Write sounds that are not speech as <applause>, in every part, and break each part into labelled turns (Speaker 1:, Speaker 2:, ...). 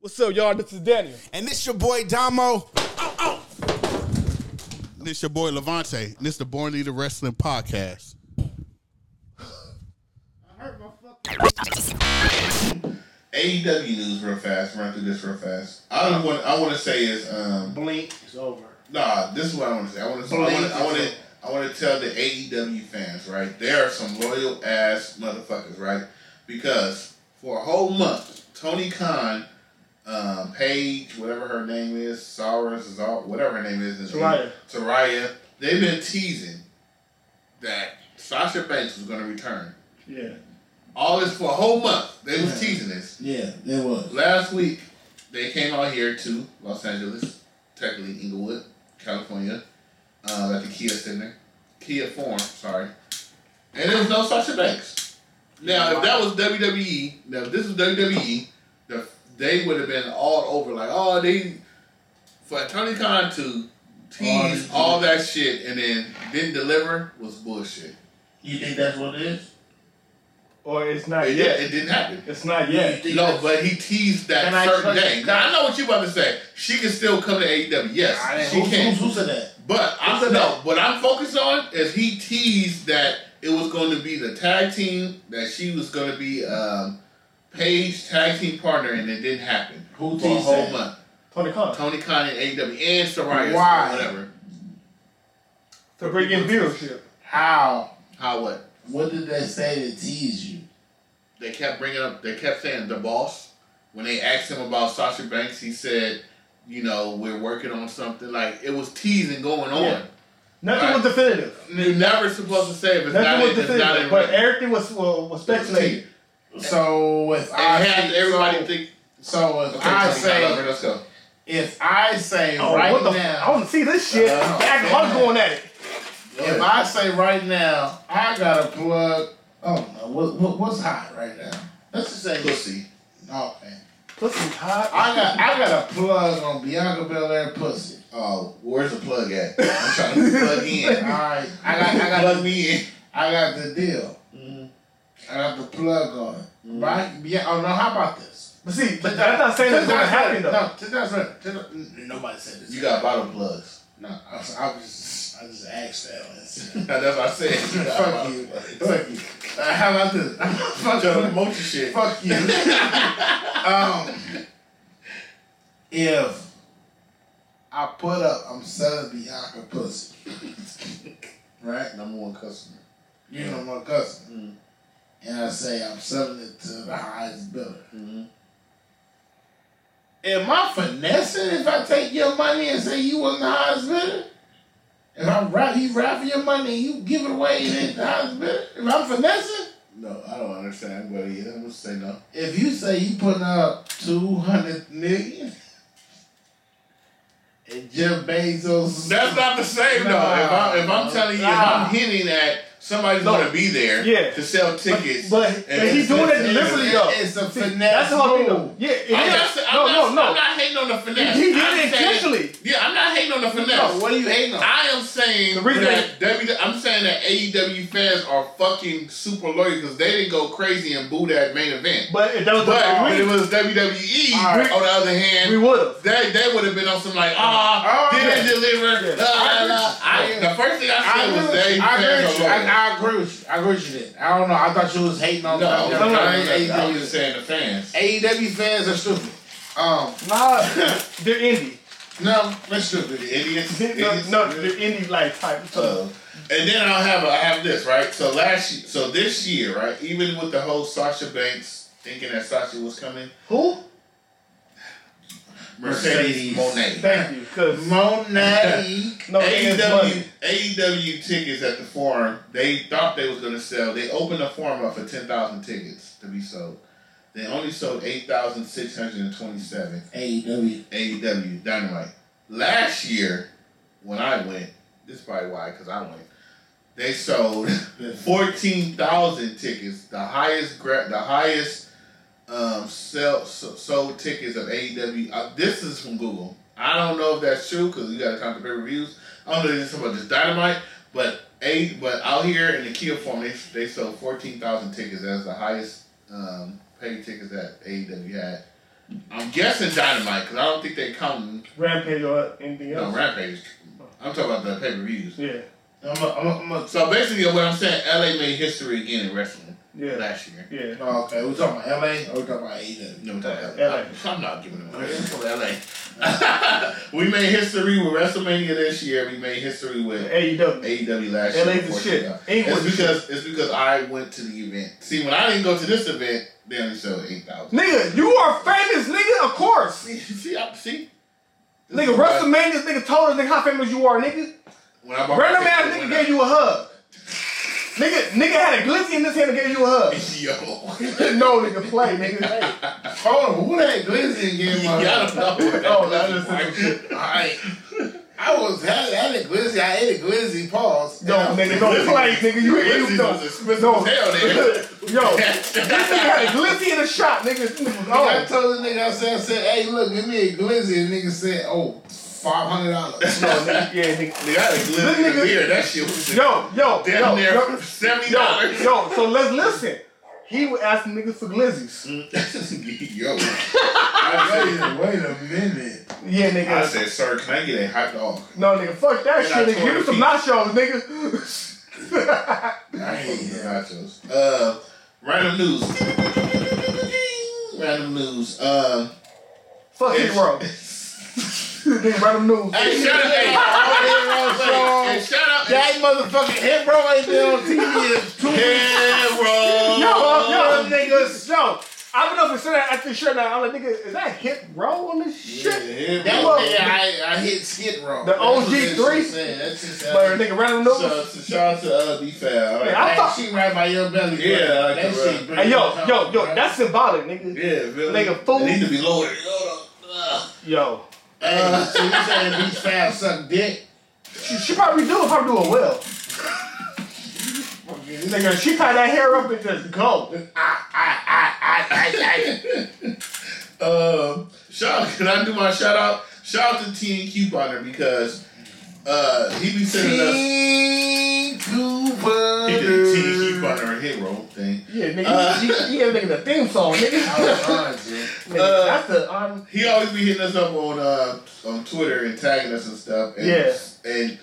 Speaker 1: What's up, y'all? This is Daniel.
Speaker 2: And this your boy Damo. Ow, ow. Oh, This your boy Levante. And this the Born Leader Wrestling Podcast.
Speaker 3: AEW E news real fast. Run through this real fast. I don't want. I want to say is um.
Speaker 4: Blink is over.
Speaker 3: Nah, this is what I want to say. I want to. I want. I want to. I want to tell the AEW fans right. There are some loyal ass motherfuckers right because for a whole month, Tony Khan, um, Paige, whatever her name is, Sauron, Cesar- whatever her name is, is
Speaker 4: Soraya.
Speaker 3: Soraya, they've been teasing that Sasha Banks was going to return.
Speaker 4: Yeah.
Speaker 3: All this for a whole month. They was teasing this.
Speaker 5: Yeah, it was.
Speaker 3: Last week, they came out here to Los Angeles, technically Inglewood, California, uh, at the Kia Center, Kia Forum, sorry. And there was no Sasha Banks. Now, if that was WWE, now if this was WWE, the, they would have been all over like, oh, they for Tony Khan to tease
Speaker 5: Oh,
Speaker 3: all that shit and then didn't deliver was bullshit.
Speaker 5: You think that's what it is?
Speaker 4: Or Oh, it's not
Speaker 3: But yeah,
Speaker 4: yet.
Speaker 3: it didn't happen.
Speaker 4: It's not
Speaker 5: You
Speaker 4: yet.
Speaker 5: think
Speaker 3: No,
Speaker 5: that's-
Speaker 3: but he teased that
Speaker 4: And I
Speaker 3: certain
Speaker 4: trust
Speaker 3: day.
Speaker 4: you.
Speaker 3: Now I know what you about to say. She can still come to AEW. Yes,
Speaker 4: I didn't-
Speaker 3: she
Speaker 5: who's,
Speaker 3: can.
Speaker 5: who's, who said that?
Speaker 3: But
Speaker 5: Who
Speaker 3: I'm
Speaker 5: said
Speaker 3: no. What I'm focused on is he teased that it was going to be the tag team that she was going to be um, Paige tag team partner, and it didn't happen
Speaker 5: Who
Speaker 3: for a
Speaker 5: teased
Speaker 3: whole
Speaker 5: that?
Speaker 3: month.
Speaker 4: Tony Khan.
Speaker 3: Tony Khan and AEW and Soraya,
Speaker 4: Why?
Speaker 3: whatever.
Speaker 4: To bring in viewership.
Speaker 5: How?
Speaker 3: How what?
Speaker 5: What did they say to tease you?
Speaker 3: They kept bringing up. They kept saying the boss. When they asked him about Sasha Banks, he said, "You know, we're working on something." Like it was teasing going on.
Speaker 4: Yeah. Nothing
Speaker 3: Right.
Speaker 4: was definitive.
Speaker 3: You're never supposed to say if it's
Speaker 4: Nothing
Speaker 3: not,
Speaker 4: was
Speaker 3: in, it's not
Speaker 4: definitive.
Speaker 3: in
Speaker 4: But
Speaker 3: writing.
Speaker 4: everything was well, was speculated.
Speaker 5: So if
Speaker 3: It
Speaker 5: I
Speaker 3: has
Speaker 5: think-
Speaker 3: everybody
Speaker 5: so,
Speaker 3: think.
Speaker 5: so if
Speaker 3: Okay, Tony,
Speaker 5: I
Speaker 3: I love her,
Speaker 5: say
Speaker 3: let's go.
Speaker 5: if I say
Speaker 4: Oh,
Speaker 5: right
Speaker 4: what the f- I
Speaker 5: now
Speaker 4: want to see this shit.
Speaker 5: Uh,
Speaker 4: Back- I was going at it.
Speaker 5: if I say right now I gotta plug oh no what, what what's hot right now? Let's just say
Speaker 3: Pussy.
Speaker 5: Okay.
Speaker 4: Pussy's hot.
Speaker 5: Oh, I got I got a plug on Bianca Belair pussy.
Speaker 3: Oh, where's the plug at? I'm trying to plug <laughs> in.
Speaker 5: Alright. I got I got
Speaker 3: plug me in.
Speaker 5: I got the deal. I got the plug on it. Right? Yeah. Oh no. How about this?
Speaker 4: but see, but I'm not saying it's going to happen though.
Speaker 5: No, just that's right. Just- n- Nobody said this.
Speaker 3: You got bottle plugs. <laughs>
Speaker 5: no. I was, I was just I just asked that. one.
Speaker 3: That's
Speaker 5: <laughs>
Speaker 3: what I said. You got
Speaker 5: Fuck
Speaker 3: bottle
Speaker 5: you.
Speaker 3: plugs.
Speaker 5: Fuck you. Uh, how about this? <laughs>
Speaker 3: I'm
Speaker 5: Fuck
Speaker 3: trying to
Speaker 5: you.
Speaker 3: promote your shit.
Speaker 5: Fuck you. um, if I put up, I'm selling Bianca pussy. right.
Speaker 3: Number one customer.
Speaker 5: you know my cousin, and I say I'm selling it to the highest bidder. Mm-hmm. Am I finessing if I take your money and say you was the highest bidder? If I'm ra- he rapping your money and you give it away and it's the highest bidder? If I'm finessing?
Speaker 3: No, I don't understand, but yeah, I'm gonna say no.
Speaker 5: If you say you putting up two hundred million and Jeff Bezos
Speaker 3: That's not the same though.
Speaker 5: Nah.
Speaker 3: If, I, if I'm telling you, if
Speaker 4: Nah.
Speaker 3: I'm hinting at somebody's gonna be there
Speaker 4: Yeah.
Speaker 3: to sell tickets.
Speaker 4: But, but he's doing it deliberately though.
Speaker 5: it's a finesse.
Speaker 4: That's the whole thing though.
Speaker 5: move.
Speaker 4: Yeah, it
Speaker 3: I'm
Speaker 4: is.
Speaker 3: not, sa- I'm,
Speaker 4: no,
Speaker 3: not,
Speaker 4: no,
Speaker 3: I'm
Speaker 4: no.
Speaker 3: not hating on the finesse.
Speaker 4: He did it
Speaker 3: I'm saying-
Speaker 4: intentionally.
Speaker 3: yeah, I'm not hating on the finesse.
Speaker 5: No, what are you hating on?
Speaker 3: I am saying
Speaker 4: The reason
Speaker 3: that W. I'm saying that AEW fans are fucking super loyal because they didn't go crazy and boo that main event. But,
Speaker 4: But if that was
Speaker 3: when it
Speaker 4: the
Speaker 3: was WWE,
Speaker 5: All right.
Speaker 3: on the other
Speaker 4: we
Speaker 3: hand,
Speaker 4: would
Speaker 3: <laughs>
Speaker 4: have.
Speaker 3: they they would have been on some like, ah,
Speaker 5: Oh,
Speaker 3: didn't
Speaker 5: yeah.
Speaker 3: deliver.
Speaker 4: Yeah.
Speaker 3: la, la, la."
Speaker 5: I
Speaker 3: I- the first thing I
Speaker 5: I
Speaker 3: said
Speaker 5: agree,
Speaker 3: was
Speaker 5: with
Speaker 3: they
Speaker 5: you. I, agree
Speaker 3: fans
Speaker 5: with you.
Speaker 3: are loyal.
Speaker 5: I, I agree with you. I agree with you. Then I don't know. I thought you was hating on
Speaker 3: no,
Speaker 5: them.
Speaker 3: I'm not-
Speaker 5: I
Speaker 3: I'm
Speaker 5: ain't E
Speaker 3: just- I'm
Speaker 5: AEW.
Speaker 3: just saying the fans.
Speaker 5: AEW E fans are stupid. Um,
Speaker 4: Nah, <laughs> they're indie.
Speaker 5: no, they're stupid.
Speaker 3: The idiots.
Speaker 4: No,
Speaker 3: idiots.
Speaker 4: no, they're indie like type.
Speaker 3: Uh, and then I'll have I have this right. So last year, so this year, right? Even with the whole Sasha Banks thinking that Sasha was coming,
Speaker 4: Who?
Speaker 3: Mercedes,
Speaker 5: Mercedes.
Speaker 3: Monet.
Speaker 4: Thank you, because
Speaker 5: Monet.
Speaker 4: <laughs> no,
Speaker 3: AEW AEW tickets at the forum. They thought they was gonna sell. They opened the forum up for ten thousand tickets to be sold. They only sold eight thousand six hundred and twenty-seven.
Speaker 5: AEW.
Speaker 3: AEW E Dynamite. Last year, when I went, this is probably why, because I went. They sold <laughs> fourteen thousand tickets, the highest gra- the highest um, sell so, sold tickets of AEW. Uh, this is from Google. I don't know if that's true because you got to count the pay reviews. I don't know if this is about this Dynamite, but a but out here in the Kia form, they, they sold fourteen thousand tickets. That's the highest um, paid tickets that AEW E had I'm guessing Dynamite because I don't think they count
Speaker 4: Rampage or anything
Speaker 3: no,
Speaker 4: else.
Speaker 3: Rampage. I'm talking about the pay per views.
Speaker 4: Yeah,
Speaker 5: I'm a, I'm a, I'm a,
Speaker 3: So basically, what I'm saying, LA made history again in wrestling
Speaker 4: yeah,
Speaker 3: last year.
Speaker 4: yeah.
Speaker 5: oh, okay, we talking about LA or we talking about E AEW?
Speaker 3: No, that-
Speaker 4: LA.
Speaker 3: I'm not giving them credit for <laughs> LA. <laughs> we made history with WrestleMania this year. We made history with
Speaker 4: AEW.
Speaker 3: AEW last year.
Speaker 4: LA's the shit.
Speaker 3: unfortunately.
Speaker 4: England's
Speaker 3: It's because it's because I went to the event. See, when I didn't go to this event, they only showed eight thousand.
Speaker 4: Nigga, you are famous, nigga, of course.
Speaker 3: See, see, I, see. This
Speaker 4: Nigga,
Speaker 3: is why-
Speaker 4: WrestleMania's nigga told us nigga how famous you are, nigga.
Speaker 3: When I bought my
Speaker 4: Random ass
Speaker 3: ticket,
Speaker 4: nigga
Speaker 3: when
Speaker 4: gave you a hug. Nigga, nigga had a glizzy in his hand and gave you a
Speaker 3: <laughs>
Speaker 4: hug.
Speaker 3: <laughs>
Speaker 4: <laughs>
Speaker 3: Yo.
Speaker 4: no, nigga, play, nigga. Hey.
Speaker 3: <laughs>
Speaker 5: Hold on, who that glizzy
Speaker 3: You <laughs>
Speaker 5: again? my-
Speaker 3: gotta know.
Speaker 4: Oh, that is-
Speaker 5: I, I was had, had a glizzy. I ate a glizzy. Pause.
Speaker 4: Yo,
Speaker 5: And I-
Speaker 4: nigga, don't play, nigga. You
Speaker 3: Glizzy
Speaker 4: ain't no.
Speaker 3: was expensive
Speaker 4: no.
Speaker 3: as hell,
Speaker 4: <laughs>
Speaker 3: nigga.
Speaker 4: Yo, this nigga had a glizzy in a shot, nigga. This
Speaker 3: <laughs>
Speaker 4: nigga Oh.
Speaker 5: I
Speaker 4: was on.
Speaker 5: told the nigga, I said, I said, hey, look, give me a glizzy. And the nigga said, oh,
Speaker 3: <laughs>
Speaker 5: $500.
Speaker 4: No, nigga, yeah, nigga.
Speaker 3: Nigga, I had a
Speaker 4: This
Speaker 3: glimpse of
Speaker 4: nigga-
Speaker 3: the beer. That shit was
Speaker 4: Yo, yo,
Speaker 3: damn
Speaker 4: yo,
Speaker 3: near
Speaker 4: yo,
Speaker 3: seventy
Speaker 4: yo,
Speaker 3: dollars.
Speaker 4: yo. So let's listen. He was asking niggas for glizzies.
Speaker 5: <laughs>
Speaker 3: Yo,
Speaker 5: wait,
Speaker 3: I
Speaker 5: a- wait a minute.
Speaker 4: Yeah,
Speaker 3: said, I
Speaker 4: nigga.
Speaker 3: said, sir, can I get a hot dog?
Speaker 4: No, nigga, fuck that
Speaker 3: And I
Speaker 4: shit, nigga.
Speaker 3: tore
Speaker 4: Give me
Speaker 3: the
Speaker 4: some
Speaker 3: feet.
Speaker 4: nachos, nigga. <laughs>
Speaker 3: I ain't eating nachos. Uh, random news. Random news. Uh,
Speaker 4: Fuck it,
Speaker 3: It's-
Speaker 4: bro.
Speaker 3: <laughs>
Speaker 4: nigga, random news.
Speaker 3: hey, shout out, hey, hey, shout out,
Speaker 5: That motherfucking hit, bro, ain't been on TV in two
Speaker 4: Yo, yo,
Speaker 3: Hero.
Speaker 4: niggas, yo. I've been up and said that after the shirt now. I'm like, nigga, is that hip row on this shit?
Speaker 3: Hero.
Speaker 5: That
Speaker 4: Well,
Speaker 5: was, yeah, I, I hit skid row.
Speaker 4: The
Speaker 5: That's what
Speaker 4: OG
Speaker 5: that shit
Speaker 4: three?
Speaker 5: said. That's just
Speaker 4: But nigga, random news.
Speaker 3: So, so shout out to uh, B Fab.
Speaker 4: Yeah, I
Speaker 5: That
Speaker 4: thought-
Speaker 5: shit right by your belly. bro.
Speaker 3: Yeah, I
Speaker 5: that
Speaker 3: can
Speaker 5: shit.
Speaker 3: run.
Speaker 5: bring
Speaker 4: Hey, yo,
Speaker 5: it
Speaker 4: yo,
Speaker 5: down,
Speaker 4: yo,
Speaker 5: bro.
Speaker 4: that's symbolic, nigga.
Speaker 3: Yeah, really.
Speaker 4: Nigga, fool.
Speaker 3: It needs to be lowered. Hold on. Ugh.
Speaker 4: Yo.
Speaker 5: Hey, so you saying these fab suck dick?
Speaker 4: She, she probably do, probably doing well. nigga, she tie that hair up and just go.
Speaker 3: Um, shout <laughs> can I do my shout out? Shout out to TNQ partner because uh he be sending us he
Speaker 5: Teen
Speaker 3: did
Speaker 5: Cooper.
Speaker 3: a TNQ partner a hero thing.
Speaker 4: Yeah, nigga,
Speaker 3: Uh.
Speaker 4: he, he, he gave nigga the theme song,
Speaker 3: <laughs>
Speaker 5: I
Speaker 4: nigga.
Speaker 5: was on, Jay.
Speaker 4: Nigga,
Speaker 3: Uh.
Speaker 4: that's the um,
Speaker 3: He always be hitting us up on uh on Twitter and tagging us and stuff. And,
Speaker 4: Yeah.
Speaker 3: And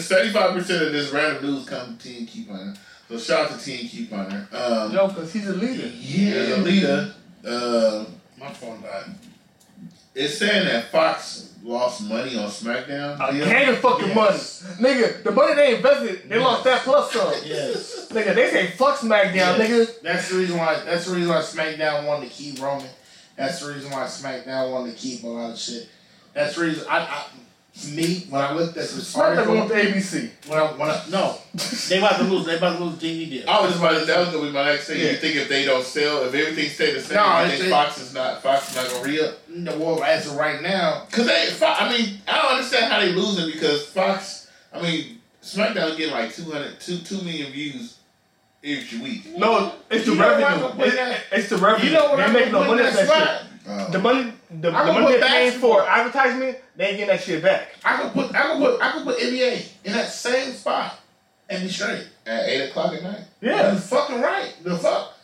Speaker 3: seventy five percent of this random news comes from TNQ partner. So shout out to TNQ partner. Um,
Speaker 4: yo, cause he's a leader.
Speaker 3: yeah, Alita. Uh,
Speaker 5: My phone died.
Speaker 3: it's saying that Fox lost money on SmackDown.
Speaker 4: A gang of fucking
Speaker 5: Yes.
Speaker 4: money. Nigga, the money they invested, they
Speaker 5: Yes.
Speaker 4: lost that plus some.
Speaker 5: Yes.
Speaker 4: <laughs> Nigga, they say fuck SmackDown, nigga.
Speaker 5: That's the reason why. That's the reason why SmackDown wanted to keep Roman. That's the reason why SmackDown wanted to keep a lot of shit. That's the reason. I, I me when I looked at this
Speaker 4: SmackDown
Speaker 5: article,
Speaker 4: going to ABC.
Speaker 5: when I, when I, no, they about to lose. They about to lose DVD.
Speaker 3: I was just about to, that was gonna be my next thing.
Speaker 4: Yeah.
Speaker 3: You think if they don't sell, if everything stay the same,
Speaker 5: No,
Speaker 3: you
Speaker 5: it's-
Speaker 3: think Fox is not Fox is not gonna re up?
Speaker 5: The world as of right now,
Speaker 3: Cause they, Fo- I mean, I don't understand how they losing because Fox, I mean, SmackDown getting like 200, 2, 2 million views every week.
Speaker 4: No, it's the
Speaker 5: You know why I'm gonna
Speaker 4: revenue.
Speaker 5: put
Speaker 4: It-
Speaker 5: that-
Speaker 4: it's the revenue.
Speaker 5: you know what
Speaker 4: they
Speaker 5: I'm
Speaker 4: making no
Speaker 5: gonna put
Speaker 4: money
Speaker 5: in
Speaker 4: off
Speaker 5: that
Speaker 4: that
Speaker 5: spot.
Speaker 4: shit.
Speaker 3: Uh,
Speaker 4: The money, the, the
Speaker 5: gonna
Speaker 4: money
Speaker 5: put
Speaker 4: they're paying
Speaker 5: basketball.
Speaker 4: for advertisement, they ain't getting that shit back.
Speaker 5: I could put I could put I could put NBA in that same spot and be straight.
Speaker 3: at eight o'clock at night.
Speaker 5: You fucking right. The fuck.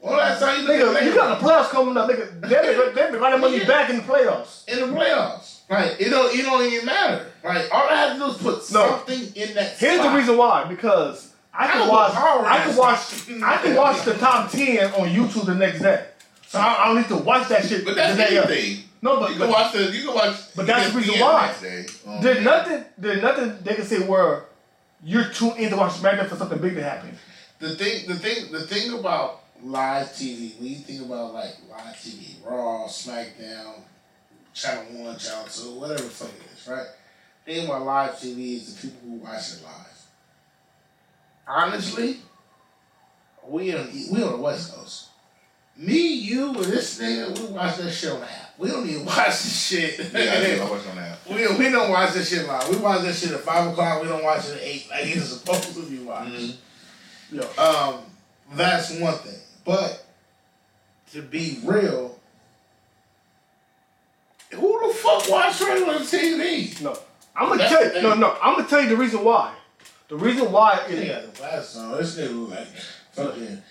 Speaker 5: Well, that's how you look at
Speaker 4: Nigga,
Speaker 5: that.
Speaker 4: you got the playoffs coming up, nigga. They be, they be running money
Speaker 5: Yeah.
Speaker 4: back in the playoffs.
Speaker 5: in the playoffs. Like it don't it don't even matter. Like all I have to do is put
Speaker 4: No.
Speaker 5: something in that.
Speaker 4: Here's
Speaker 5: spot.
Speaker 4: the reason why, because I
Speaker 5: I
Speaker 4: can
Speaker 5: don't
Speaker 4: watch,
Speaker 5: put Power
Speaker 4: I can
Speaker 5: Rangers.
Speaker 4: watch, I
Speaker 5: <laughs>
Speaker 4: can watch the top ten on YouTube the next day. So I, I don't need to watch that shit.
Speaker 3: But that's
Speaker 4: the day of.
Speaker 3: anything.
Speaker 4: No, but,
Speaker 3: You can
Speaker 4: but
Speaker 3: watch the, you can watch.
Speaker 4: But that's
Speaker 5: E
Speaker 4: the
Speaker 3: ESPN
Speaker 4: reason why.
Speaker 3: next day. Um,
Speaker 4: there's nothing, there's nothing they can say where you're tuned in to watch SmackDown for something big to happen.
Speaker 5: The thing, the thing, the thing about live TV. When you think about like live TV, Raw, SmackDown, Channel One, Channel Two, whatever the fuck it is, right? Thing about live TV is the people who watch it live. Honestly, we on we on the West Coast. Me, you, and this nigga, we watch that shit on the app. We don't even <laughs> watch this shit.
Speaker 3: Yeah, I do. I watch on that.
Speaker 5: We, we don't watch this shit live. We watch this shit at five o'clock. We don't watch it at eight like it's supposed to be watched.
Speaker 3: Mm-hmm.
Speaker 4: Yo,
Speaker 5: Um, that's one thing. But to be real, who the fuck watch regular TV?
Speaker 4: no, I'm gonna
Speaker 5: That's
Speaker 4: tell
Speaker 5: the
Speaker 4: you,
Speaker 5: thing.
Speaker 4: no, no, I'm gonna tell you the reason why. The reason why
Speaker 5: They
Speaker 4: is
Speaker 5: got the glasses on. This nigga look like <laughs> fucking.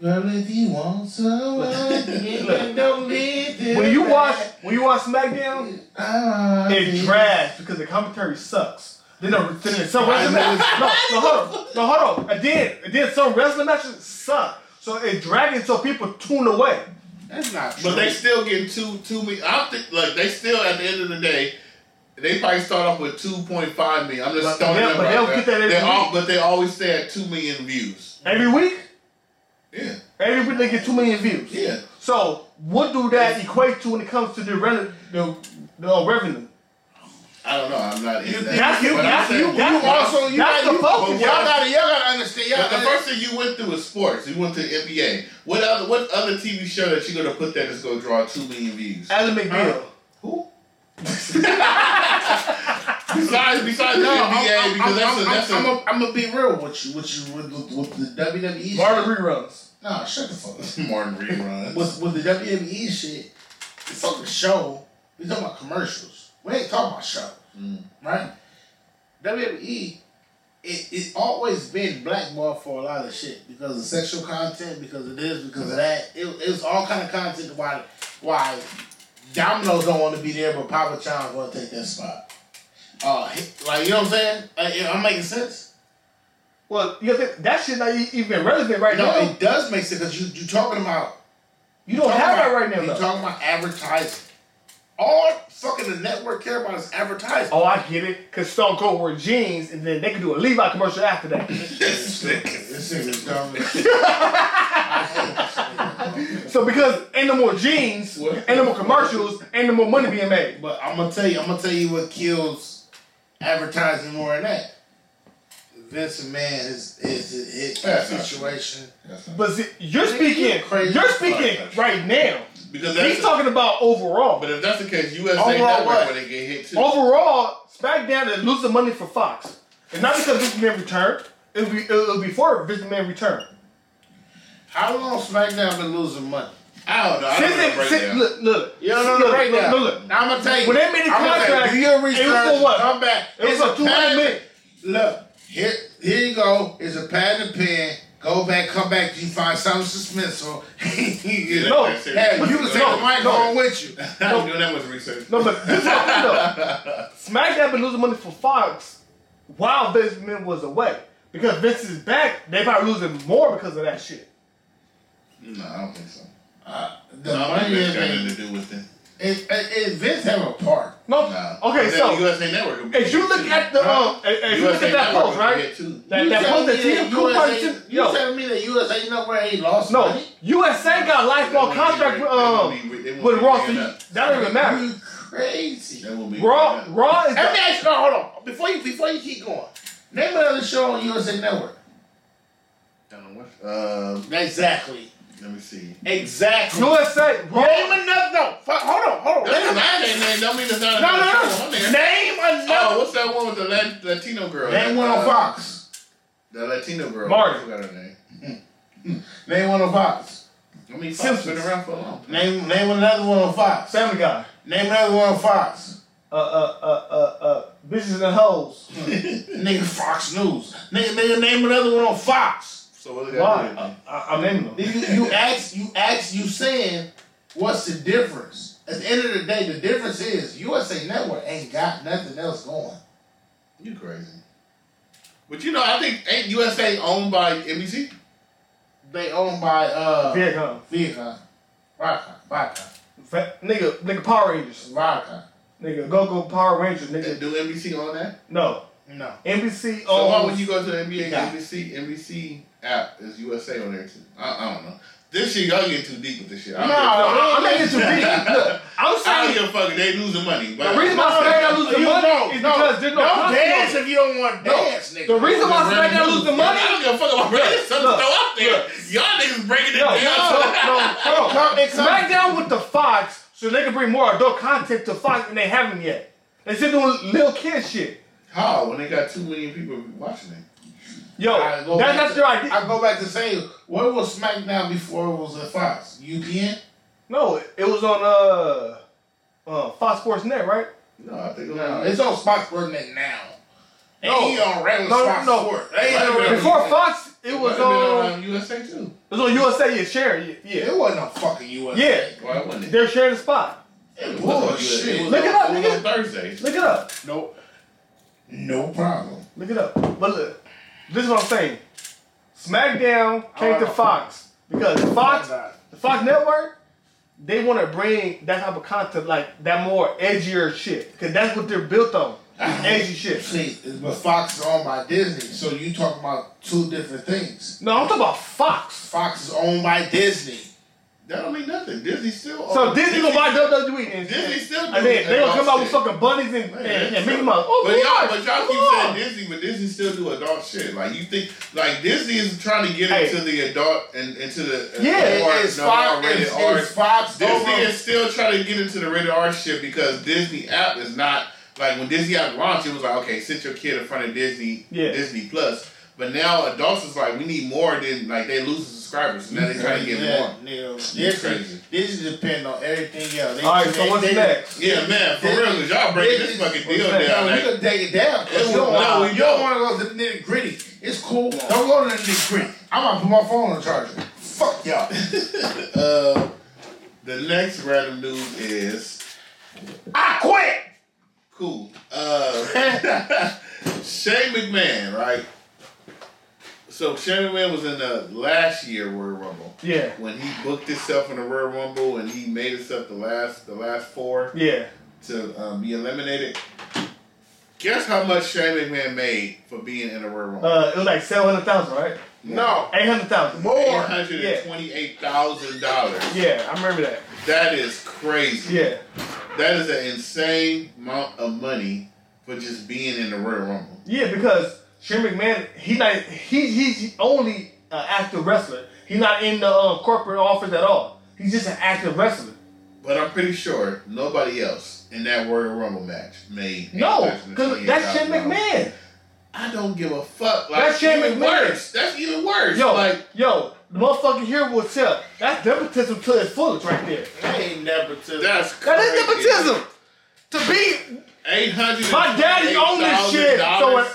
Speaker 5: Girl, if you want someone, then don't leave
Speaker 4: When you watch when you watch SmackDown,
Speaker 5: uh,
Speaker 4: it's trash because the commentary sucks. Then the, then some wrestling matches, no, no, hold on, no, hold on. And then, and then some wrestling matches suck. So it dragging so people tune away.
Speaker 5: That's not true.
Speaker 3: But they still getting two two million. I think like they still at the end of the day, they probably start off with two point five million. I'm just
Speaker 4: But-
Speaker 3: throwing
Speaker 4: yeah,
Speaker 3: them
Speaker 4: but
Speaker 3: out
Speaker 4: they'll
Speaker 3: there.
Speaker 4: get that every
Speaker 3: They all,
Speaker 4: week.
Speaker 3: but they always stay at two million views.
Speaker 4: Every week,
Speaker 3: Yeah,
Speaker 4: every week they get two million views.
Speaker 3: yeah.
Speaker 4: So what do that equate to when it comes to the rele- the, the uh, revenue?
Speaker 3: I don't know. I'm not
Speaker 5: You-
Speaker 3: in
Speaker 5: you-
Speaker 3: that.
Speaker 4: That's you.
Speaker 3: But I'm
Speaker 4: That's
Speaker 3: saying-
Speaker 4: you. That's
Speaker 3: but I'm
Speaker 4: also you. That's
Speaker 5: gotta-
Speaker 4: the
Speaker 5: you-
Speaker 4: focus.
Speaker 5: Y'all gotta, y'all gotta understand. Y'all
Speaker 3: But the
Speaker 5: gotta-
Speaker 3: first thing you went through was sports. You went to the NBA. What other what other TV show that you gonna put that is gonna draw two million views?
Speaker 4: Alan McGill.
Speaker 3: Who? besides besides
Speaker 5: No,
Speaker 3: the
Speaker 5: I'm-
Speaker 3: NBA,
Speaker 5: I'm-
Speaker 3: because
Speaker 5: I'm-
Speaker 3: that's a that's
Speaker 5: I'm-
Speaker 3: a
Speaker 5: I'm- I'm gonna be real with you, with you, with, the- with the WWE.
Speaker 4: Marvin
Speaker 5: shit.
Speaker 4: reruns.
Speaker 5: Nah, shut the fuck up.
Speaker 4: <laughs>
Speaker 3: Martin reruns. <laughs>
Speaker 5: With, with the WWE shit, the fucking show, we talking about commercials. We ain't talking about show,
Speaker 3: Mm.
Speaker 5: right? WWE, it, it's always been blackballed for a lot of shit because of sexual content, because of this, because of that. It, it was all kind of content why why Domino's don't want to be there, but Papa John's want to take that spot. Uh, like you know what I'm saying? Like, I'm making sense.
Speaker 4: Well, you know, that shit not e- even relevant right
Speaker 5: No,
Speaker 4: now.
Speaker 5: it does make sense because you you talking about
Speaker 4: You don't
Speaker 5: talking
Speaker 4: have that
Speaker 5: about-
Speaker 4: right now.
Speaker 5: You
Speaker 4: though.
Speaker 5: talking about advertising? All fucking the network care about is advertising.
Speaker 4: Oh, I get it. Cause Stone Cold wore jeans, and then they could do a Levi commercial after that.
Speaker 5: <laughs> This nigga- this nigga's dumb. as shit. I hate this nigga, bro.
Speaker 4: so because ain't no more jeans, ain't no more commercials, ain't no more money being made.
Speaker 5: But I'm gonna tell you, I'm gonna tell you what kills advertising more than that. Vince McMahon is is his,
Speaker 3: That's not
Speaker 5: situation.
Speaker 3: That's not-
Speaker 4: But see, you're speaking,
Speaker 5: crazy
Speaker 4: you're
Speaker 5: as
Speaker 4: speaking
Speaker 5: fuck,
Speaker 4: right now.
Speaker 3: because that's
Speaker 4: He's talking about overall.
Speaker 3: But if that's the case, USA
Speaker 5: Overall
Speaker 3: Network
Speaker 5: what?
Speaker 3: when they get hit too.
Speaker 4: Overall, SmackDown is losing money for Fox, and not because Vince Man returned. It'll be it'll be for Vince Man return.
Speaker 5: How long SmackDown been losing money?
Speaker 3: I don't know. I
Speaker 4: Since
Speaker 3: don't know the
Speaker 4: it, since,
Speaker 3: breakdown.
Speaker 4: look, look,
Speaker 5: You don't know the
Speaker 4: look,
Speaker 5: breakdown.
Speaker 4: look, look,
Speaker 5: Now I'm gonna tell you.
Speaker 4: When they made the
Speaker 5: I'ma tell you,
Speaker 4: contract,
Speaker 5: do your
Speaker 4: it was
Speaker 5: research.
Speaker 4: for what?
Speaker 5: Come back.
Speaker 4: It was
Speaker 5: It's
Speaker 4: for
Speaker 5: a
Speaker 4: 200
Speaker 5: patent-
Speaker 4: million.
Speaker 5: Look, here, here you go. It's a pad and pen. Go back, come back. You find some dismissal. <laughs> you
Speaker 3: Yeah,
Speaker 5: know,
Speaker 4: No,
Speaker 3: that's serious.
Speaker 5: hey, you can take
Speaker 4: No,
Speaker 5: the mic
Speaker 4: no.
Speaker 5: home with you.
Speaker 3: <laughs> I don't do that much
Speaker 4: <laughs>
Speaker 3: research.
Speaker 4: No, but this is what I'm saying, though. SmackDown been losing money for Fox while Vince McMahon was away. Because Vince is back, they probably losing more because of that shit.
Speaker 3: No, I don't think so.
Speaker 5: Uh, the
Speaker 3: No, I don't
Speaker 5: money
Speaker 3: think
Speaker 5: is
Speaker 3: that's got
Speaker 5: made.
Speaker 3: nothing to do with it.
Speaker 5: Is, is Vince have a part?
Speaker 4: No.
Speaker 3: No.
Speaker 4: Okay,
Speaker 3: And then
Speaker 4: so
Speaker 3: USA Network. will be
Speaker 4: if you
Speaker 3: hit
Speaker 4: look
Speaker 3: too.
Speaker 4: at the um, if, if you look
Speaker 3: USA
Speaker 4: at that
Speaker 3: Network
Speaker 4: post,
Speaker 3: will be
Speaker 4: right?
Speaker 3: hit too.
Speaker 4: That, that
Speaker 5: telling
Speaker 4: post
Speaker 5: me
Speaker 4: that team Cool
Speaker 5: USA,
Speaker 4: Punch-
Speaker 5: you
Speaker 4: yo,
Speaker 5: telling me that USA nowhere ain't lost
Speaker 4: no,
Speaker 5: money?
Speaker 4: USA got a lifelong
Speaker 3: They won't be
Speaker 4: contract
Speaker 3: re-
Speaker 4: with
Speaker 3: they won't
Speaker 4: um
Speaker 3: be re- they won't
Speaker 4: with
Speaker 3: be
Speaker 4: Raw.
Speaker 3: bringing
Speaker 4: so
Speaker 3: it
Speaker 4: you-
Speaker 3: up.
Speaker 4: That don't even matter.
Speaker 5: You crazy.
Speaker 3: They won't be
Speaker 4: Raw,
Speaker 3: bringing it up.
Speaker 4: Raw is
Speaker 5: Let me
Speaker 4: the,
Speaker 5: ask you, hold on. Before you before you keep going, name another show on USA Network.
Speaker 3: Don't know what- Uh,
Speaker 5: Exactly.
Speaker 3: let me see.
Speaker 5: Exactly.
Speaker 4: USA. Raw,
Speaker 5: Name another no. Fuck, hold on, hold on.
Speaker 3: That's
Speaker 5: Let
Speaker 3: not
Speaker 5: me ask
Speaker 3: that
Speaker 5: you.
Speaker 3: name. Don't mean it's not
Speaker 5: No, no,
Speaker 3: another show
Speaker 5: no.
Speaker 3: on there.
Speaker 5: Name
Speaker 3: Oh,
Speaker 5: another.
Speaker 3: what's that one with the Lat- Latino girl?
Speaker 5: Oh. Name one
Speaker 3: Uh,
Speaker 5: on Fox.
Speaker 3: The Latino girl.
Speaker 4: Marty.
Speaker 3: I forgot her name.
Speaker 5: Name one on Fox.
Speaker 3: I mean, Fox been
Speaker 4: Simpsons.
Speaker 3: around for a long time.
Speaker 5: Name name another one on Fox.
Speaker 4: Family Guy,
Speaker 5: Name another one on Fox.
Speaker 4: uh, uh, uh, uh, uh, bitches and hoes. <laughs>
Speaker 5: Nigga Fox News. Nigga, nigga name another one on Fox.
Speaker 3: So what they got to do? with
Speaker 4: Why?
Speaker 3: it?
Speaker 4: I, I'm naming them.
Speaker 5: You you ask you ask you saying what's the difference? At the end of the day, the difference is USA Network ain't got nothing else going.
Speaker 3: You crazy. But you know, I think ain't USA owned by NBC?
Speaker 5: They owned by uh
Speaker 4: Viacom.
Speaker 5: Viacom. Viacom. Viacom.
Speaker 4: Fa- nigga, nigga Power Rangers.
Speaker 5: Viacom.
Speaker 4: Nigga, go go Power Rangers,
Speaker 3: And
Speaker 4: nigga.
Speaker 3: do NBC own that?
Speaker 4: No.
Speaker 5: No.
Speaker 4: NBC
Speaker 3: So why
Speaker 4: owns
Speaker 3: when you go to the NBA
Speaker 5: Yeah.
Speaker 3: NBC NBC app is USA on there too? I, I don't know. This shit y'all get too deep with this shit. I
Speaker 5: No,
Speaker 3: don't
Speaker 4: I- I'm not getting too deep.
Speaker 3: <laughs>
Speaker 4: Look, I'm
Speaker 3: give a fuck. I don't
Speaker 4: saying
Speaker 3: give a fuck if they losing money. But
Speaker 4: the reason why SmackDown lose the
Speaker 5: you
Speaker 4: money
Speaker 5: don't.
Speaker 4: is because there's no
Speaker 5: Don't dance
Speaker 4: content.
Speaker 5: if you don't want to
Speaker 4: No.
Speaker 5: dance, nigga.
Speaker 4: The reason why SmackDwn lose the money.
Speaker 3: I don't give a fuck about that. Something
Speaker 4: look,
Speaker 3: to throw out there.
Speaker 4: look.
Speaker 3: Y'all niggas breaking it
Speaker 4: Yo,
Speaker 3: down.
Speaker 4: yo, no,
Speaker 5: It come-
Speaker 4: no,
Speaker 5: it come-
Speaker 4: SmackDown with the Fox, so they can bring more adult content to Fox, and they haven't yet. They still doing little kid shit.
Speaker 3: <laughs> How when they got two million people watching it?
Speaker 4: Yo,
Speaker 5: I go
Speaker 4: that,
Speaker 5: back
Speaker 4: that's
Speaker 5: to-
Speaker 4: their idea.
Speaker 5: I go back to saying, where was SmackDown before it was at Fox? UPN?
Speaker 4: no, it, it was on uh, uh, Fox Sports Net, right?
Speaker 3: No, I think it was-
Speaker 5: No, it's on Fox Sports Net now. And he on regular
Speaker 4: No,
Speaker 5: Fox
Speaker 4: no.
Speaker 5: Sports. They ain't
Speaker 3: Right,
Speaker 5: on
Speaker 3: right.
Speaker 5: regular-
Speaker 4: Before Fox, it was
Speaker 3: Might have been
Speaker 4: on.
Speaker 3: on USA too.
Speaker 4: It was on USA. Yeah, share. Yeah, yeah.
Speaker 5: It wasn't on fucking USA.
Speaker 4: Yeah.
Speaker 3: Why wasn't it?
Speaker 4: they're sharing the spot.
Speaker 3: It was
Speaker 5: Bullshit.
Speaker 3: on USA.
Speaker 4: Look it up,
Speaker 3: was on Thursday.
Speaker 4: Look it up.
Speaker 5: No, no problem.
Speaker 4: Look it up. But look, this is what I'm saying. SmackDown came
Speaker 5: Oh,
Speaker 4: to
Speaker 5: no.
Speaker 4: Fox because Fox,
Speaker 5: God.
Speaker 4: the Fox Network, they want to bring that type of content, like that more edgier shit, because that's what they're built on,
Speaker 3: <laughs>
Speaker 4: edgy shit.
Speaker 5: See, but Fox is owned by Disney, so you talking about two different things.
Speaker 4: No, I'm talking about Fox.
Speaker 5: Fox is owned by Disney.
Speaker 3: That don't mean nothing. Disney still.
Speaker 4: So Disney gonna buy WWE and
Speaker 3: Oh, Disney still
Speaker 4: and then
Speaker 3: doing
Speaker 4: they gonna come out with
Speaker 3: adult
Speaker 4: fucking bunnies and,
Speaker 3: Man,
Speaker 4: and,
Speaker 3: that's
Speaker 4: and Mickey
Speaker 3: true.
Speaker 4: Mouse. Oh,
Speaker 3: but
Speaker 4: come
Speaker 3: y'all,
Speaker 4: on,
Speaker 3: but y'all
Speaker 4: come
Speaker 3: keep saying
Speaker 4: on.
Speaker 3: Disney, but Disney still do adult shit. Like you think, like Disney is trying to get
Speaker 4: Hey.
Speaker 3: into the adult and into the uh,
Speaker 4: Yeah,
Speaker 3: the R-
Speaker 5: It's
Speaker 3: the
Speaker 5: Fox.
Speaker 3: R-rated
Speaker 5: It's,
Speaker 3: R-
Speaker 5: it's Fox.
Speaker 3: Disney
Speaker 5: over-
Speaker 3: is still trying to get into the rated R shit because Disney app is not like when Disney app launched, it was like okay, sit your kid in front of Disney,
Speaker 4: Yeah.
Speaker 3: Disney Plus. But now adults is like we need more than like they losing subscribers, so now they trying to get
Speaker 5: Yeah,
Speaker 3: more.
Speaker 5: nigga,
Speaker 3: You
Speaker 5: Disney-
Speaker 3: crazy.
Speaker 5: Disney depend on everything else. They-
Speaker 4: All right, so
Speaker 5: they-
Speaker 4: what's
Speaker 5: they-
Speaker 4: next?
Speaker 3: Yeah, man, for real, cause y'all breaking this
Speaker 5: Disney-
Speaker 3: fucking deal
Speaker 4: what's that?
Speaker 3: down.
Speaker 5: No, we
Speaker 3: Like,
Speaker 5: could take it down. 'cause
Speaker 3: It's
Speaker 5: you don't,
Speaker 3: wild.
Speaker 5: want, you don't want to go to the nitty gritty. It's cool. Don't go to the nitty gritty. I'm gonna put my phone on charger.
Speaker 3: <laughs>
Speaker 5: Fuck y'all.
Speaker 3: uh, the next random news is
Speaker 5: I quit.
Speaker 3: Cool. Uh, <laughs> Shane McMahon, right? So Shane McMahon was in the last year Royal Rumble
Speaker 4: Yeah,
Speaker 3: when he booked himself in the Royal Rumble and he made himself the last the last four
Speaker 4: yeah.
Speaker 3: to um, be eliminated. Guess how much Shane McMahon made for being in the Royal Rumble?
Speaker 4: Uh, it was like seven hundred thousand, right?
Speaker 5: No.
Speaker 4: Eight hundred thousand.
Speaker 3: Four
Speaker 5: More.
Speaker 3: hundred and twenty-eight thousand dollars.
Speaker 4: Yeah, I remember that.
Speaker 3: That is crazy.
Speaker 4: Yeah,
Speaker 3: That is an insane amount of money for just being in the Royal Rumble.
Speaker 4: yeah, because Shane McMahon, he not he he's only an active wrestler. He's not in the uh, corporate office at all. He's just an active wrestler.
Speaker 3: But I'm pretty sure nobody else in that Royal Rumble match made.
Speaker 4: No,
Speaker 3: $828,000.
Speaker 4: because that's Shane McMahon.
Speaker 3: I don't give a fuck. Like,
Speaker 4: That's Shane
Speaker 3: even
Speaker 4: McMahon.
Speaker 3: Worse. That's even worse.
Speaker 4: Yo,
Speaker 3: like
Speaker 4: yo, the motherfucker here will tell. That's nepotism to its fullest right there.
Speaker 5: I ain't never to.
Speaker 3: that's
Speaker 4: That
Speaker 3: crazy.
Speaker 4: is nepotism. To be,
Speaker 3: Eight hundred.
Speaker 4: My daddy owned this shit, so it-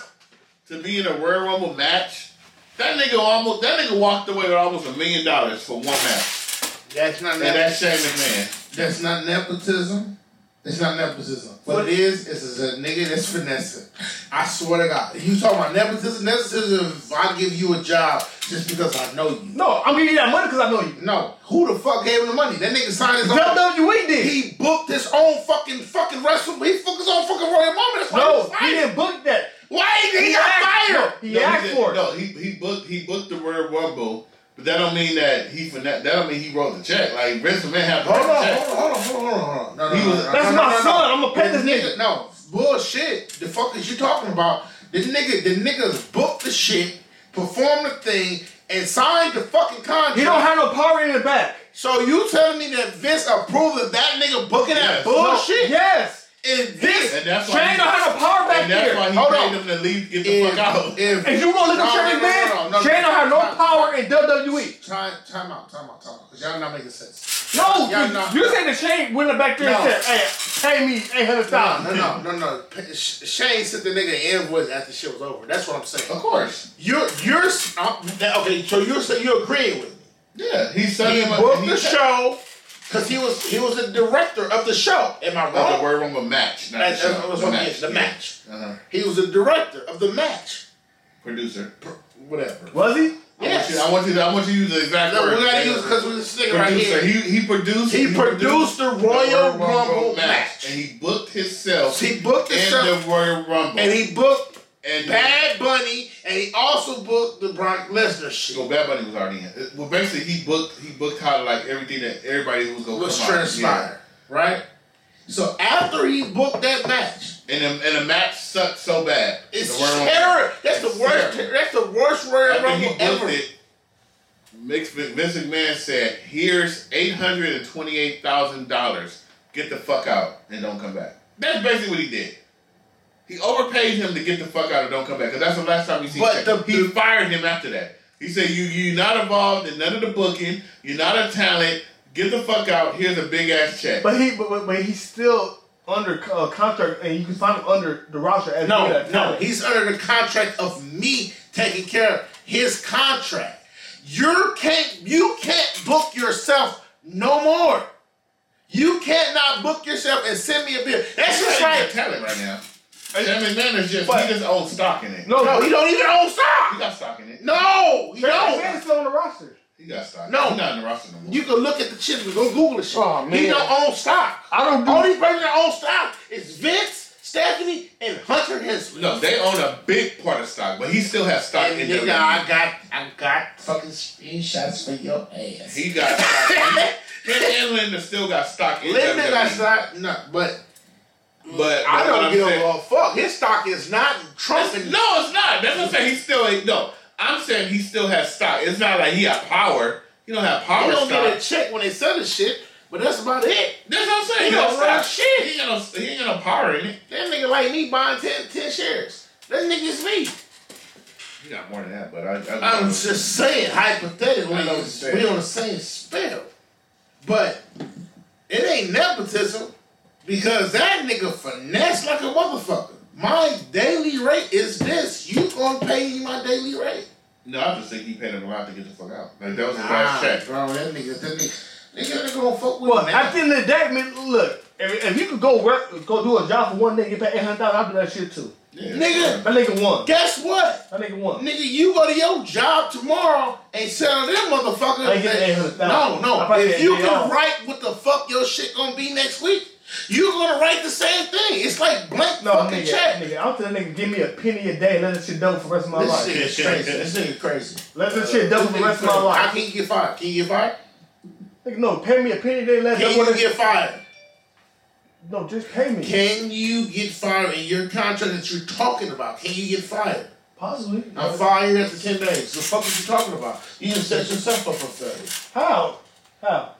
Speaker 3: to be in a Royal Rumble match, that nigga almost that nigga walked away with almost a million dollars for one match,
Speaker 5: That's not
Speaker 3: and that's
Speaker 5: nepotism.
Speaker 3: Shane McMahon.
Speaker 5: That's not nepotism. It's not nepotism. What,
Speaker 4: What-
Speaker 5: it is, is it's a nigga that's finessing. I swear to God. You talking about nepotism? Nepotism is if I give you a job just because I know you.
Speaker 4: no, I'm giving you that money because I know you.
Speaker 5: No. Who the fuck gave him the money? That nigga signed his own.
Speaker 4: WWE did.
Speaker 5: He booked his own fucking fucking wrestle. He booked his own fucking Royal Rumble. That's why he
Speaker 4: No,
Speaker 5: was
Speaker 4: he
Speaker 5: fired.
Speaker 4: didn't book that.
Speaker 5: Why he, he, got
Speaker 4: asked-
Speaker 5: fired?
Speaker 4: no, He
Speaker 3: No,
Speaker 4: asked
Speaker 3: did-
Speaker 4: for it.
Speaker 3: No, he he booked he booked the Royal Rumble, but that don't mean that he fin- that don't mean he wrote the check. Like Vince McMahon had to
Speaker 5: Hold
Speaker 3: write the
Speaker 5: on,
Speaker 3: check.
Speaker 5: hold on, hold on, hold on, hold on. No, no,
Speaker 3: He
Speaker 5: no,
Speaker 3: was-
Speaker 5: no,
Speaker 4: That's
Speaker 5: no, no,
Speaker 4: my
Speaker 5: no, no.
Speaker 4: son. I'ma pet
Speaker 5: The
Speaker 4: this nigga.
Speaker 5: No, bullshit. The fuck is you talking about? The nigga, the niggas booked the shit, performed the thing, and signed the fucking contract.
Speaker 4: He don't have no power in the back.
Speaker 5: so you telling me that Vince approved of that nigga booking
Speaker 3: Yes.
Speaker 5: that bullshit?
Speaker 4: Yes.
Speaker 5: And Vince,
Speaker 3: And that's why
Speaker 4: Shane
Speaker 3: he-
Speaker 4: don't have no power back
Speaker 3: And that's
Speaker 4: there.
Speaker 3: why he
Speaker 5: Hold
Speaker 3: paid
Speaker 5: on.
Speaker 3: them to leave, get the
Speaker 5: if,
Speaker 3: fuck out.
Speaker 5: if,
Speaker 4: if you want to look
Speaker 5: No,
Speaker 4: at
Speaker 5: no,
Speaker 4: Shane
Speaker 5: no,
Speaker 4: McMahon,
Speaker 5: no, no, no,
Speaker 4: Shane
Speaker 5: no.
Speaker 4: don't have no power in WWE.
Speaker 5: Time, time out, time out, time out, because y'all not making sense.
Speaker 4: No,
Speaker 5: Y'all
Speaker 4: you,
Speaker 5: not-
Speaker 4: you saying that Shane went back there
Speaker 5: No.
Speaker 4: and said, hey, pay me
Speaker 3: Ah.
Speaker 4: 800000
Speaker 5: No, no, no, no, no. P- Sh- Shane sent the nigga an invoice after shit was over. That's what I'm saying.
Speaker 3: Of course.
Speaker 5: You're you're s- uh, that- okay. So you're so you're agreeing with me.
Speaker 3: Yeah, he sent
Speaker 5: He
Speaker 3: him a,
Speaker 5: booked
Speaker 3: he
Speaker 5: the
Speaker 3: sent-
Speaker 5: show because he was he was the director of the show. Am I
Speaker 3: Of the
Speaker 5: wrong?
Speaker 3: Royal Rumble match, not
Speaker 5: That-
Speaker 3: the
Speaker 5: that
Speaker 3: show.
Speaker 5: was
Speaker 3: the
Speaker 5: what
Speaker 3: match.
Speaker 5: it is, the
Speaker 3: Yeah.
Speaker 5: match.
Speaker 3: Uh-huh.
Speaker 5: He was the director of the match.
Speaker 3: Producer.
Speaker 5: Whatever.
Speaker 4: Was he?
Speaker 5: Yes.
Speaker 3: I want you. To, I want you to use the exact
Speaker 5: No,
Speaker 3: word.
Speaker 5: we gotta use because we're sticking right
Speaker 3: Producer.
Speaker 5: here.
Speaker 3: He he produced.
Speaker 5: He produced the Royal Rumble match.
Speaker 3: and he booked himself.
Speaker 5: He booked
Speaker 3: in
Speaker 5: himself-
Speaker 3: the Royal Rumble,
Speaker 5: And he booked
Speaker 3: and
Speaker 5: Bad Bunny, and he also booked the Brock Lesnar shit.
Speaker 3: So Bad Bunny was already in. It- Well, basically, he booked. He booked how like everything that everybody was gonna
Speaker 5: was
Speaker 3: come out.
Speaker 5: transpired, right? So after he booked that match,
Speaker 3: Yeah. And the, and the match sucked so bad.
Speaker 5: it's
Speaker 3: The Royal Rumble-
Speaker 5: terror. That's
Speaker 3: It's
Speaker 5: the worst.
Speaker 3: terrible.
Speaker 5: That's the worst Royal
Speaker 3: After he
Speaker 5: Rumble
Speaker 3: booked
Speaker 5: ever.
Speaker 3: it, Mix- Vince McMahon said, "Here's eight hundred and twenty-eight thousand dollars. Get the fuck out and don't come back." That's basically what he did. He overpaid him to get the fuck out and don't come back because that's the last time he seen.
Speaker 5: But
Speaker 3: him.
Speaker 5: the-
Speaker 3: he fired him after that. He said, "You you not involved in none of the booking. You're not a talent. Get the fuck out. Here's a big ass check."
Speaker 4: But he, but, but, but he still under uh, contract, and you can find him under the roster. As being
Speaker 5: No,
Speaker 4: a
Speaker 5: no,
Speaker 4: talent.
Speaker 5: he's under the contract of me taking care of his contract. You can't, you can't book yourself no more. You can't not book yourself and send me a bill. That's just
Speaker 3: right.
Speaker 5: like
Speaker 3: Tell it right now. Sam McMahon is just
Speaker 4: But-
Speaker 3: he just old stock in it.
Speaker 4: no,
Speaker 5: no,
Speaker 4: no,
Speaker 5: he don't even own stock.
Speaker 3: he got stock in it.
Speaker 5: No, he
Speaker 4: Barry
Speaker 5: don't.
Speaker 4: Sanders still on the roster.
Speaker 3: he got stock.
Speaker 5: No.
Speaker 3: he's not in the roster no more.
Speaker 5: You can look at the shit. Go Google the shit.
Speaker 4: Oh,
Speaker 5: He
Speaker 4: man.
Speaker 5: don't own stock.
Speaker 4: I don't do-
Speaker 5: Only person that owns stock is Vince, Stephanie, and Hunter Hensley.
Speaker 3: no, they own a big part of stock, but he still has stock
Speaker 5: And
Speaker 3: in E.
Speaker 5: nigga,
Speaker 3: WWE.
Speaker 5: I got, I got fucking screenshots for your ass. <laughs>
Speaker 3: He got stock. Him and Linda still got stock in
Speaker 5: Linda
Speaker 3: WWE.
Speaker 5: got stock, no, but
Speaker 3: But, but
Speaker 5: I
Speaker 3: what I'm
Speaker 5: don't give
Speaker 3: saying-
Speaker 5: a fuck. His stock is not Trump and
Speaker 3: No, it's not. That's what I'm saying. He still ain't. No, I'm saying he still has stock. It's not like he got power. He don't have
Speaker 5: He
Speaker 3: power
Speaker 5: don't
Speaker 3: stock.
Speaker 5: get a check when they sell the shit, but that's about it.
Speaker 3: That's what I'm saying.
Speaker 5: He don't
Speaker 3: got
Speaker 5: run
Speaker 3: stock.
Speaker 5: shit.
Speaker 3: He ain't got no. He ain't got no power in it.
Speaker 5: That nigga like me buying 10, 10 shares. That nigga's me.
Speaker 3: He got more than that, but I. I
Speaker 5: I'm just saying, hypothetically,
Speaker 3: I know what you're saying.
Speaker 5: we on the same spell. But it ain't nepotism because that nigga finesse like a motherfucker. My daily rate is this. You gonna pay me my daily rate?
Speaker 3: No, I just think he paid him a lot to get the fuck out. Like that was his last check.
Speaker 5: bro, that nigga, that nigga, nigga, nigga gonna fuck with
Speaker 4: Well,
Speaker 5: me.
Speaker 4: at the end of the day, man, look, if, if you could go work, go do a job for one nigga, get paid eight hundred thousand, I'll do that shit too.
Speaker 3: Yeah.
Speaker 5: Nigga.
Speaker 4: That nigga won.
Speaker 5: Guess what?
Speaker 4: That nigga won.
Speaker 5: Nigga, you go to your job tomorrow and sell them motherfuckers.
Speaker 4: I get the
Speaker 5: no,
Speaker 4: $800,000. I
Speaker 5: no.
Speaker 4: probably
Speaker 5: If
Speaker 4: get
Speaker 5: you
Speaker 4: paid
Speaker 5: can
Speaker 4: off.
Speaker 5: write what the fuck your shit gonna be next week, you're gonna write the same thing. It's like blank
Speaker 4: No,
Speaker 5: fucking
Speaker 4: nigga,
Speaker 5: check.
Speaker 4: nigga, I'm telling that nigga, give me a penny a day, let that shit double for the rest of my
Speaker 5: This
Speaker 4: life.
Speaker 5: shit is crazy. This nigga crazy.
Speaker 4: Let that shit double for the rest of my
Speaker 5: How
Speaker 4: life.
Speaker 5: can you get fired? Can you get fired?
Speaker 4: Nigga, no, pay me a penny a day, let
Speaker 5: Can
Speaker 4: that double.
Speaker 5: you get fired?
Speaker 4: No, just pay me.
Speaker 5: Can you get fired in your contract that you're talking about? Can you get fired?
Speaker 4: Possibly.
Speaker 5: I'm fired after 10 days. The fuck are you talking about? You done set yourself up for failure.
Speaker 4: How? How?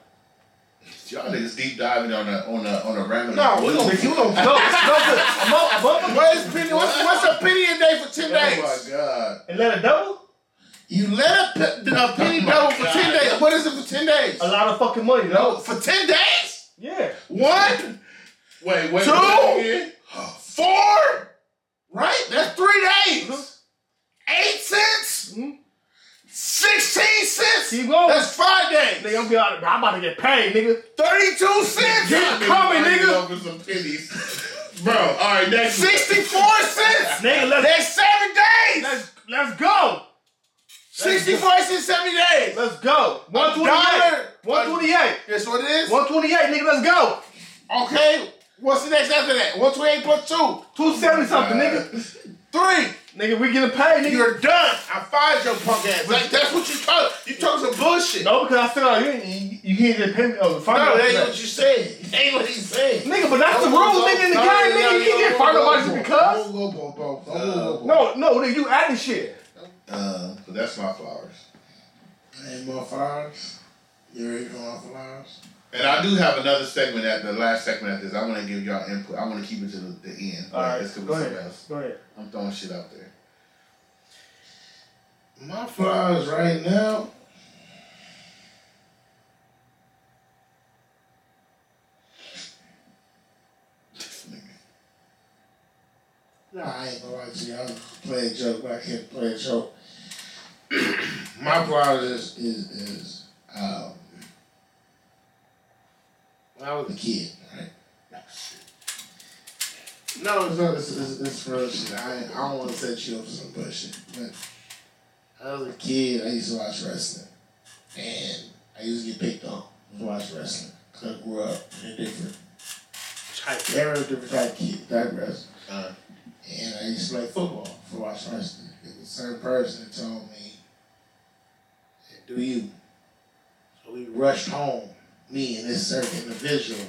Speaker 3: Y'all niggas deep diving on a on a on a random.
Speaker 5: No, we gonna, we gonna
Speaker 4: No, no, no, no, no.
Speaker 5: Where's penny? What's, what's a penny a day for ten
Speaker 3: Oh
Speaker 5: days?
Speaker 3: my god.
Speaker 4: And let it double?
Speaker 5: You let a, pe- a penny
Speaker 3: Oh my
Speaker 5: double for
Speaker 3: God.
Speaker 5: ten days. What is it for ten days?
Speaker 4: A lot of fucking money,
Speaker 5: No,
Speaker 4: no?
Speaker 5: for ten days?
Speaker 4: Yeah.
Speaker 5: One,
Speaker 3: Wait, wait.
Speaker 5: Two?
Speaker 3: wait again?
Speaker 5: four, right? That's three days.
Speaker 4: Mhm.
Speaker 5: Eight cents,
Speaker 4: Mhm.
Speaker 5: sixteen cents.
Speaker 4: Keep going.
Speaker 5: That's five
Speaker 4: Nigga, I'm,
Speaker 5: days.
Speaker 4: about to- I'm about to get paid, nigga.
Speaker 5: Thirty-two cents.
Speaker 4: Keep coming,
Speaker 3: Arguing
Speaker 4: nigga.
Speaker 3: Over some pennies. <laughs> Bro, all right, next. one.
Speaker 5: Sixty-four cents.
Speaker 4: Nigga, let's-
Speaker 5: That's seven days.
Speaker 4: Let's, let's go.
Speaker 5: Sixty-four cents, seventy days.
Speaker 4: Let's go.
Speaker 5: dollar.
Speaker 4: 128. 128.
Speaker 5: That's what it is.
Speaker 4: 128, nigga, let's go.
Speaker 5: Okay, what's the next after that? 128 plus 2,
Speaker 4: 270 something, nigga.
Speaker 5: 3.
Speaker 4: Nigga, we getting paid, nigga.
Speaker 5: You're done. I fired your punk ass. Like, that's what you talk. You talk some bullshit. No,
Speaker 4: No, because I still got you. ain't- You can't get paid. Oh,
Speaker 5: that ain't
Speaker 4: no,
Speaker 5: what you said. That ain't what he said.
Speaker 4: Nigga, but that's the rule, nigga, in the game, nigga. You can't get fired about just because.
Speaker 3: Don't go, bro, bro. Don't go,
Speaker 4: No,
Speaker 3: bro.
Speaker 4: no, nigga, you adding shit.
Speaker 3: Uh, so that's my flowers.
Speaker 5: Ain't more flowers. You ready for more flowers?
Speaker 3: And I do have another segment at the last segment at this. I want to give y'all input. I want to keep it to the, the end.
Speaker 4: All right,
Speaker 3: This could be
Speaker 4: go
Speaker 3: something
Speaker 4: ahead.
Speaker 3: else.
Speaker 4: Go ahead.
Speaker 3: I'm throwing shit out there.
Speaker 5: My flowers right now.
Speaker 3: This nigga.
Speaker 5: Nah, I ain't gonna lie to you. I'm playing a joke, but I can't play a joke. <clears throat> My problem is is is um, when I was a kid, right? No, it's not. It's, it's, it's real shit. I ain't- I don't want to set you up for some bullshit, but I was a kid. I used to watch wrestling, and I used to get picked on for watching wrestling. 'Cause I grew up in a different type, Uh-huh. era, different type of kid, type of wrestling.
Speaker 3: Uh,
Speaker 5: And I used to play football for watching wrestling. It was a certain person that told me, do you. So we rushed home. Me and this certain individual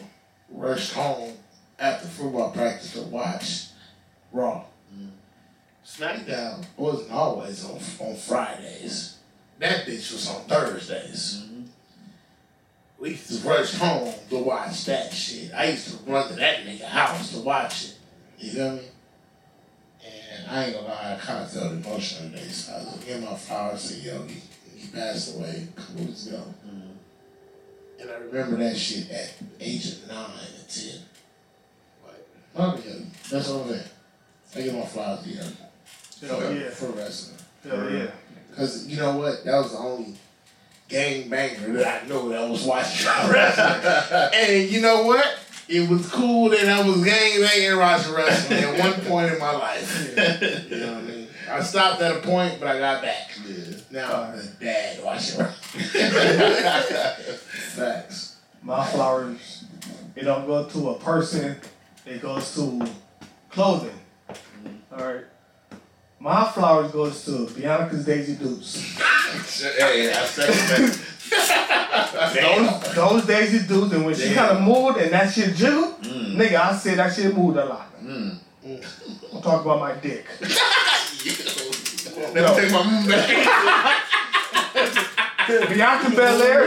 Speaker 5: rushed home after football practice to watch Raw. SmackDown wasn't always on, on Fridays. That bitch was on Thursdays. We used to rush home to watch that shit. I used to run to that nigga house to watch it. You feel me? And I ain't gonna lie, I kind of felt emotional today. So I was giving my flowers to Yogi. He passed away a couple weeks ago. And I remember that shit at age of nine and ten. Like, Not the other. That's what I'm saying. I give my flowers to the other.
Speaker 4: Hell yeah.
Speaker 5: For wrestling.
Speaker 4: Hell yeah.
Speaker 5: Because you know what? That was the only gang banger that I know that was watching <laughs> wrestling. and you know what? It was cool that I was gang banging watching wrestling at one point in my life. You know what I mean? I stopped at a point, but I got back. Now I'm a dad watching wrestling. Facts.
Speaker 4: My flowers, it don't go to a person, it goes to clothing. Alright. My flowers goes to Bianca's Daisy Dukes.
Speaker 3: Hey, I second that.
Speaker 4: Those, those Daisy Dukes, and when she
Speaker 3: Damn.
Speaker 4: kind of moved and that shit jiggled, nigga, I said that shit moved a lot. I'm talking about my dick.
Speaker 3: Let me take my move back.
Speaker 4: Bianca Belair,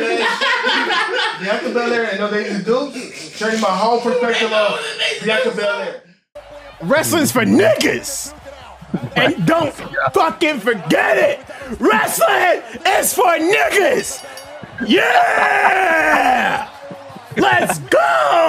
Speaker 4: Bianca Belair, and those Daisy Dukes changed my whole perspective of Bianca Belair.
Speaker 1: Wrestling's for niggas. And don't fucking forget it. Wrestling is for niggas. Yeah. Let's go.